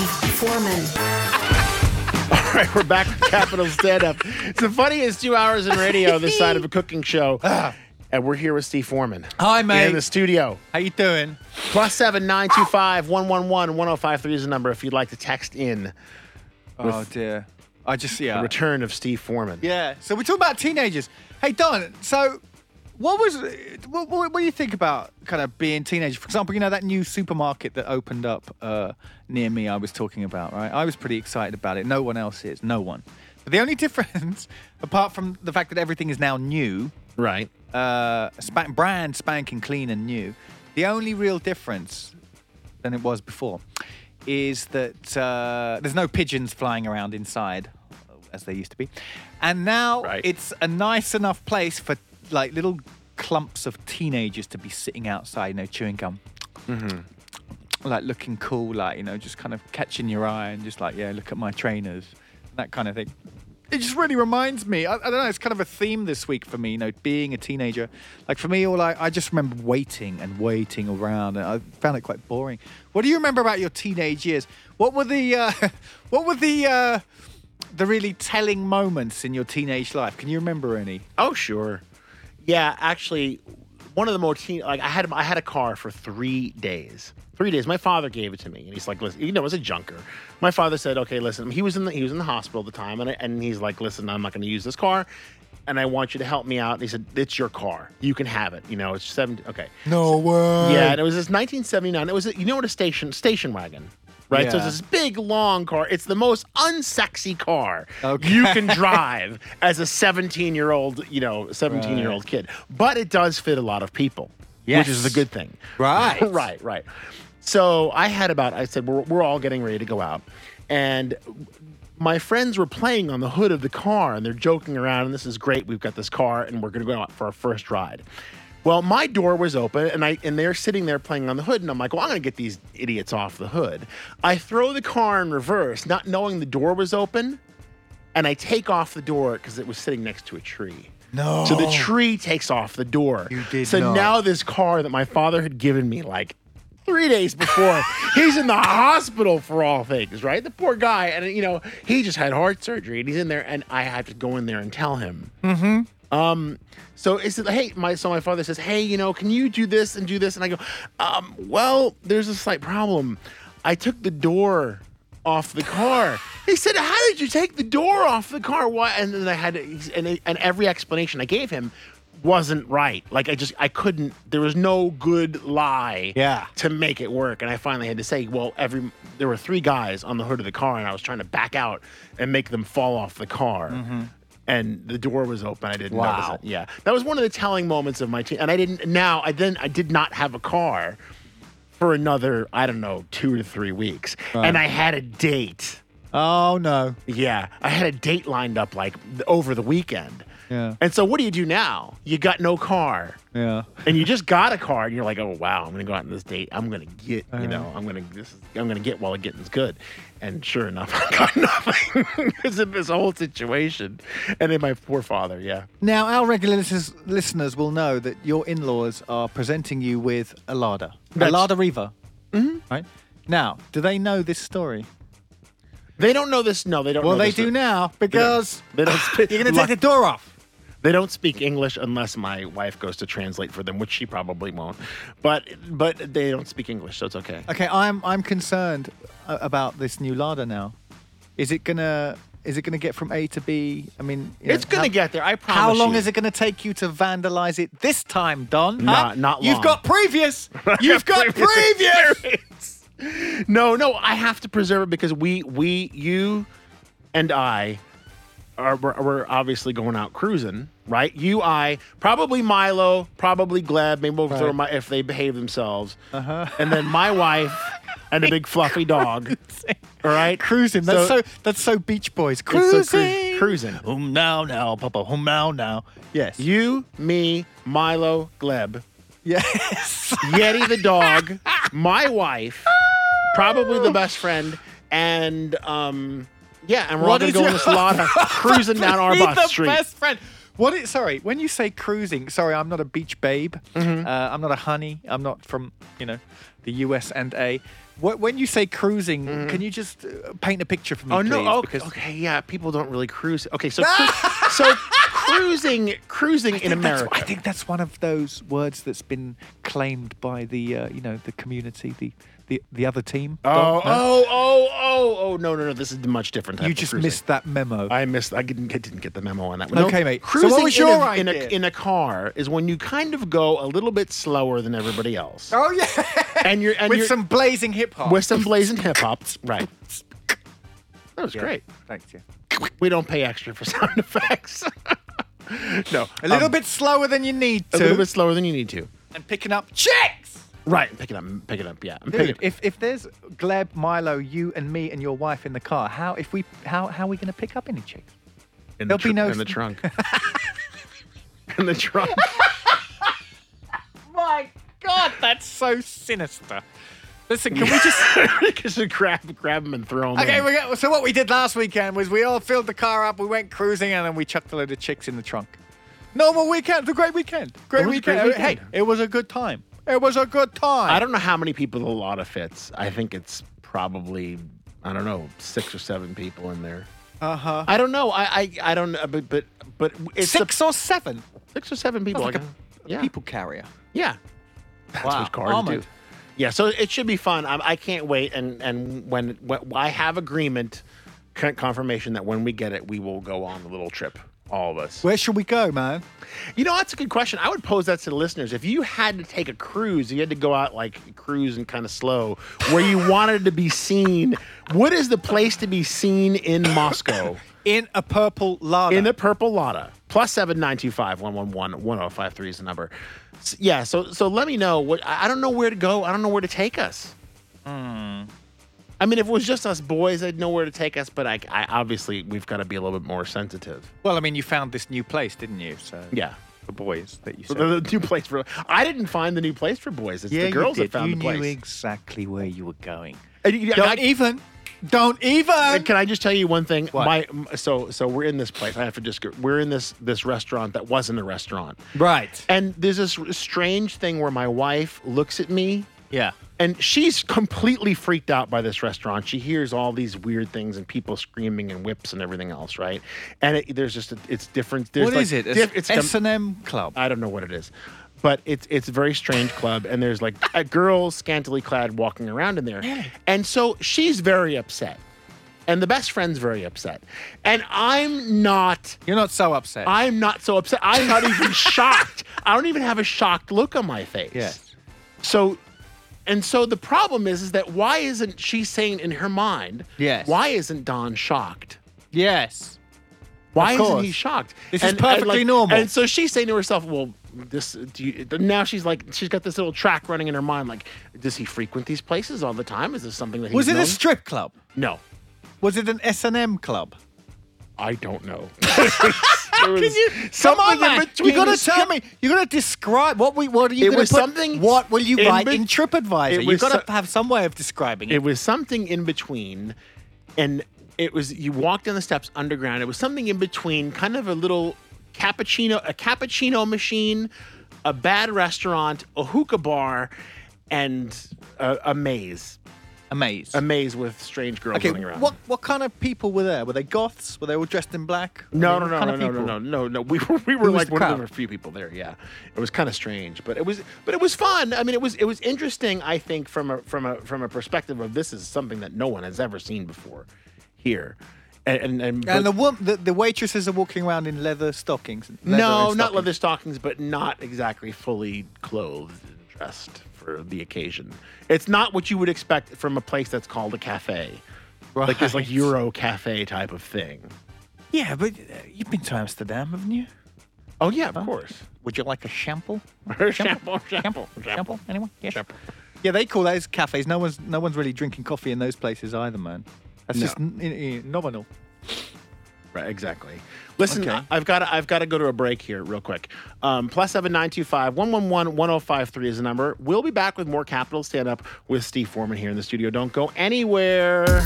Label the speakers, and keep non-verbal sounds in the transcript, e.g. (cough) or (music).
Speaker 1: Foreman.
Speaker 2: All right, we're back with Capital Stand Up. It's the funniest two hours in radio this side of a cooking show. And we're here with Steve Foreman.
Speaker 3: Hi,
Speaker 2: We're in
Speaker 3: mate.
Speaker 2: the studio.
Speaker 3: How you doing?
Speaker 2: Plus seven nine two five one one one one zero five three is the number if you'd like to text in
Speaker 3: oh dear. I just yeah.
Speaker 2: the return of Steve Foreman.
Speaker 3: yeah. So we're talking about teenagers. Hey Don. So what was what, what, what do you think about kind of being teenager? For example, you know that new supermarket that opened up uh, near me. I was talking about right. I was pretty excited about it. No one else is. No one. But the only (laughs) difference, apart from the fact that everything is now new,
Speaker 2: Right.
Speaker 3: uh, span- brand spanking clean and new. The only real difference than it was before is that uh, there's no pigeons flying around inside as they used to be, and now
Speaker 2: Right.
Speaker 3: it's a nice enough place for like little clumps of teenagers to be sitting outside, you know, chewing gum. Like looking cool, like you know, just kind of catching your eye and just like, yeah, look at my trainers, that kind of thing. It just really reminds me. I, I don't know. It's kind of a theme this week for me. You know, being a teenager. Like for me, all I, I just remember waiting and waiting around, and I found it quite boring. What do you remember about your teenage years? What were the uh, (laughs) what were the uh, the really telling moments in your teenage life? Can you remember any?
Speaker 2: Oh sure. Yeah, actually, one of the more teen like I had I had a car for three days. Three days. My father gave it to me, and he's like, "Listen, you know, it was a junker." My father said, "Okay, listen." He was in the he was in the hospital at the time, and I, and he's like, "Listen, I'm not going to use this car, and I want you to help me out." And he said, "It's your car. You can have it. You know, it's seven. Okay,
Speaker 3: No way.
Speaker 2: yeah." And it was this 1979. It was a, you know what a station station wagon. Right, so
Speaker 3: Yeah.
Speaker 2: it's this big long car. It's the most unsexy car
Speaker 3: Okay.
Speaker 2: you
Speaker 3: (laughs)
Speaker 2: can drive as a 17 year old, you know, 17 year old kid. But it does fit a lot of people,
Speaker 3: Yes.
Speaker 2: which is a good thing.
Speaker 3: Right.
Speaker 2: (laughs) right, right. So I had about, I said, we're, we're all getting ready to go out. And my friends were playing on the hood of the car and they're joking around, and this is great. We've got this car and we're going to go out for our first ride. Well, my door was open and I and they're sitting there playing on the hood, and I'm like, well, I'm gonna get these idiots off the hood. I throw the car in reverse, not knowing the door was open and I take off the door because it was sitting next to a tree.
Speaker 3: No.
Speaker 2: So the tree takes off the door.
Speaker 3: You did
Speaker 2: so
Speaker 3: not.
Speaker 2: now this car that my father had given me like three days before, (laughs) he's in the hospital for all things, right? The poor guy, and you know he just had heart surgery, and he's in there, and I have to go in there and tell him. So it's hey, my so my father says, hey, you know, can you do this and do this? And I go, um, well, there's a slight problem. I took the door off the car. He said, how did you take the door off the car? Why? And then I had to- and and every explanation I gave him wasn't right. Like I just I couldn't. There was no good lie
Speaker 3: Yeah.
Speaker 2: to make it work. And I finally had to say, well, every there were three guys on the hood of the car, and I was trying to back out and make them fall off the car. And the door was open. I didn't
Speaker 3: Wow.
Speaker 2: notice it. Yeah, that was one of the telling moments of my teen. And I didn't. Now I then I did not have a car for another I don't know two to three weeks, and I had a date.
Speaker 3: Oh no.
Speaker 2: Yeah, I had a date lined up like th- over the weekend.
Speaker 3: Yeah.
Speaker 2: And so what do you do now? You got no car
Speaker 3: Yeah.
Speaker 2: and you just got a car and you're like, oh wow, I'm gonna go out on this date. I'm gonna get, you know, I'm gonna this is, I'm gonna get while the getting's good. And sure enough, (laughs) I got nothing (laughs) because of this whole situation. And then my poor father, yeah.
Speaker 3: Now, our regular listeners, listeners will know that your in laws are presenting you with a larder. A
Speaker 2: That's-
Speaker 3: larder Riva. Mm-hmm. Right? Now, do they know this story?
Speaker 2: They don't know this. No, they don't.
Speaker 3: Well,
Speaker 2: know
Speaker 3: they
Speaker 2: this-
Speaker 3: do now
Speaker 2: They don't.
Speaker 3: because
Speaker 2: they
Speaker 3: (laughs)
Speaker 2: don't. Speak,
Speaker 3: you're going to take the door off.
Speaker 2: They don't speak English unless my wife goes to translate for them, which she probably won't. But but they don't speak English, so it's okay.
Speaker 3: Okay, I'm I'm concerned a- about this new larder now. Is it gonna is it gonna get from A to B? I mean, you
Speaker 2: It's
Speaker 3: know,
Speaker 2: gonna
Speaker 3: how-
Speaker 2: get there. I promise.
Speaker 3: How long
Speaker 2: you.
Speaker 3: is it going to take you to vandalize it this time, Don? Huh?
Speaker 2: Not- not
Speaker 3: You've
Speaker 2: long.
Speaker 3: got (laughs) previous. You've got previous.
Speaker 2: experience. No, no, I have to preserve it because we, we, you, and I are we're, we're obviously going out cruising, right? You, I, probably Milo, probably Gleb. Maybe we'll throw
Speaker 3: Right.
Speaker 2: my if they behave themselves, uh-huh. and then my (laughs) wife and a big fluffy dog. All right,
Speaker 3: Cruising. That's so, that's so Beach Boys.
Speaker 2: it's
Speaker 3: Cruising.
Speaker 2: so cru- cruising.
Speaker 3: Home now, now, Papa. Home now, now. Yes.
Speaker 2: You, me, Milo, Gleb,
Speaker 3: (laughs) yes.
Speaker 2: Yeti the (laughs) dog, my wife, probably the best friend, and um, yeah, and we're all gonna
Speaker 3: What is
Speaker 2: go in (laughs)
Speaker 3: your-
Speaker 2: this lot cruising down our
Speaker 3: Be
Speaker 2: bus
Speaker 3: the
Speaker 2: street.
Speaker 3: best friend. What is sorry? When you say cruising, sorry, I'm not a beach babe. Uh, I'm not a honey. I'm not from you know the U.S. and A. Wh- When you say cruising, can you just uh, paint a picture for me?
Speaker 2: Oh
Speaker 3: please?
Speaker 2: no! Oh,
Speaker 3: because
Speaker 2: okay, yeah. People don't really cruise. Okay, (laughs) so cru- so cruising, cruising in
Speaker 3: I think that's-
Speaker 2: America.
Speaker 3: I think that's one of those words that's been claimed by the uh, you know the community, the the, the other team.
Speaker 2: Oh,
Speaker 3: Don't- no?
Speaker 2: oh, oh, oh, oh! No, no, no! This is a much different. Type
Speaker 3: you
Speaker 2: of
Speaker 3: just
Speaker 2: cruising.
Speaker 3: missed that memo.
Speaker 2: I missed. I didn't, I didn't get the memo on that one.
Speaker 3: Okay, mate. So
Speaker 2: Cruising
Speaker 3: what was
Speaker 2: in
Speaker 3: your
Speaker 2: a, In
Speaker 3: idea?
Speaker 2: a, in a car is when you kind of go a little bit slower than everybody else,
Speaker 3: oh yeah, (laughs)
Speaker 2: and you're and
Speaker 3: with
Speaker 2: you're
Speaker 3: some blazing hip hop.
Speaker 2: with some blazing hip hop, right? That was
Speaker 3: Yeah.
Speaker 2: great.
Speaker 3: Thanks. Yeah.
Speaker 2: We don't pay extra for sound (laughs) effects. no,
Speaker 3: A little bit slower than you need
Speaker 2: Um, a little
Speaker 3: to,
Speaker 2: bit slower than you need to.
Speaker 3: and picking up chicks.
Speaker 2: Right, pick it up, pick it up. Yeah, I'm picking
Speaker 3: Dude, if, if there's Gleb, Milo, you, and me, and your wife in the car, how if we how how are we going to pick up any chicks?
Speaker 2: in
Speaker 3: there'll be no-
Speaker 2: in the trunk.
Speaker 3: (laughs)
Speaker 2: (laughs) in the trunk. (laughs)
Speaker 3: My God, that's so sinister. Listen, can we
Speaker 2: (laughs)
Speaker 3: just?
Speaker 2: just grab, grab them and throw them.
Speaker 3: Okay, we got, so what we did last weekend was we all filled the car up, we went cruising, and then we chucked a load of chicks in the trunk. Normal weekend, a great weekend, great
Speaker 2: It was a great
Speaker 3: weekend. Uh,
Speaker 2: weekend.
Speaker 3: Hey, it was a good time. It was a good time.
Speaker 2: I don't know how many people the Lotta fits. I think it's probably I don't know six or seven people in there.
Speaker 3: Uh huh.
Speaker 2: I don't know. I I, I don't know. But but but it's
Speaker 3: Six or seven.
Speaker 2: a, six or seven people.
Speaker 3: Sounds
Speaker 2: I
Speaker 3: like
Speaker 2: guess.
Speaker 3: a
Speaker 2: yeah,
Speaker 3: people carrier.
Speaker 2: yeah. That's
Speaker 3: Wow.
Speaker 2: what cars
Speaker 3: Armored.
Speaker 2: do. Yeah, so it should be fun. I, I can't wait. And and when, when I have agreement con- confirmation that when we get it, we will go on the little trip, all of us.
Speaker 3: Where should we go, man?
Speaker 2: You know, that's a good question. I would pose that to the listeners. If you had to take a cruise, you had to go out like cruise and kind of slow, where you wanted to be seen, what is the place to be seen in Moscow?
Speaker 3: In a purple Lada.
Speaker 2: In the purple Lada. Plus seven nine two five one one one one zero five three is the number. S- yeah, so so let me know what I I don't know where to go. I don't know where to take us.
Speaker 3: Hmm.
Speaker 2: I mean, if it was just us boys, I'd know where to take us, but I, I obviously we've got to be a little bit more sensitive.
Speaker 3: Well, I mean, you found this new place, didn't you? So
Speaker 2: Yeah.
Speaker 3: the boys that you
Speaker 2: So
Speaker 3: said.
Speaker 2: the, the new place for I didn't find the new place for boys. It's the girls that found
Speaker 3: you
Speaker 2: the
Speaker 3: knew
Speaker 2: place.
Speaker 3: exactly where you were going.
Speaker 2: And you-
Speaker 3: Don't
Speaker 2: I-
Speaker 3: even. Don't even.
Speaker 2: can I just tell you one thing?
Speaker 3: What?
Speaker 2: My m- so so we're in this place. I have to just go- we're in this this restaurant that wasn't a restaurant,
Speaker 3: Right.
Speaker 2: and there's this strange thing where my wife looks at me,
Speaker 3: Yeah.
Speaker 2: and she's completely freaked out by this restaurant. She hears all these weird things and people screaming and whips and everything else, right? And it, there's just a, it's different. There's
Speaker 3: What
Speaker 2: like
Speaker 3: is it?
Speaker 2: diff-
Speaker 3: It's
Speaker 2: like a-
Speaker 3: S and M Club.
Speaker 2: I don't know what it is, but it's it's a very strange club, and there's like a girl scantily clad walking around in there, and so she's very upset, and the best friend's very upset, and I'm not.
Speaker 3: You're not so upset.
Speaker 2: I'm not so upset. I'm not
Speaker 3: (laughs)
Speaker 2: even shocked. I don't even have a shocked look on my face.
Speaker 3: Yeah.
Speaker 2: So, and so the problem is, is that why isn't she saying in her mind?
Speaker 3: Yes.
Speaker 2: Why isn't Don shocked?
Speaker 3: yes.
Speaker 2: Why isn't
Speaker 3: course.
Speaker 2: he shocked?
Speaker 3: This is perfectly normal.
Speaker 2: And so she's saying to herself, "Well, this." Do you, now she's like, she's got this little track running in her mind. Like, does he frequent these places all the time? Is this something that he's
Speaker 3: Was it
Speaker 2: known?
Speaker 3: a strip club?
Speaker 2: no,
Speaker 3: Was it an S and M club?
Speaker 2: I don't
Speaker 3: (laughs)
Speaker 2: know. How
Speaker 3: Can you come
Speaker 2: something
Speaker 3: on,
Speaker 2: in
Speaker 3: man?
Speaker 2: between
Speaker 3: You gotta
Speaker 2: the
Speaker 3: tell me. You gotta describe what we. What are you
Speaker 2: It
Speaker 3: gonna
Speaker 2: was
Speaker 3: put-
Speaker 2: something
Speaker 3: What will you
Speaker 2: in
Speaker 3: write
Speaker 2: be-
Speaker 3: in
Speaker 2: it
Speaker 3: TripAdvisor? You
Speaker 2: was
Speaker 3: gotta
Speaker 2: so-
Speaker 3: have some way of describing it.
Speaker 2: It was something in between, and it was you walked down the steps underground. It was something in between, kind of a little cappuccino, a cappuccino machine, a bad restaurant, a hookah bar, and a, a maze.
Speaker 3: Amaze.
Speaker 2: A maze with strange girls
Speaker 3: Okay,
Speaker 2: running around.
Speaker 3: what what kind of people were there? Were they goths? Were they all dressed in black? I
Speaker 2: No,
Speaker 3: mean,
Speaker 2: no,
Speaker 3: what
Speaker 2: no,
Speaker 3: kind
Speaker 2: no,
Speaker 3: of
Speaker 2: no, no,
Speaker 3: people?
Speaker 2: no, no, no. We were, we were
Speaker 3: was
Speaker 2: like
Speaker 3: the
Speaker 2: one of
Speaker 3: crowd?
Speaker 2: the few people there. Yeah, it was kind of strange, but it was, but it was fun. I mean, it was, it was interesting. I think from a from a from a perspective of this is something that no one has ever seen before here, and and, and, but-
Speaker 3: And the, wom- the the waitresses are walking around in leather stockings.
Speaker 2: no,
Speaker 3: leather and
Speaker 2: not
Speaker 3: stockings.
Speaker 2: leather stockings, but not exactly fully clothed and dressed for the occasion. It's not what you would expect from a place that's called a cafe, like this like
Speaker 3: Right.
Speaker 2: Euro cafe type of thing.
Speaker 3: Yeah, but uh, you've been to Amsterdam, haven't you?
Speaker 2: Oh yeah, of course.
Speaker 3: Would you like
Speaker 2: (laughs)
Speaker 3: a shampoo?
Speaker 2: Shampoo, shampoo, shampoo.
Speaker 3: Shampoo? Anyone? Yeah. Yeah, they call those cafes. No one's no one's really drinking coffee in those places either, man. That's
Speaker 2: No.
Speaker 3: just n- n- n- nominal.
Speaker 2: Right, exactly. Listen,
Speaker 3: Okay.
Speaker 2: I- I've got I've got to go to a break here real quick. Um, plus seven nine two five one one one one zero five three is the number. We'll be back with more Capital Stand Up with Steve Foreman here in the studio. Don't go anywhere.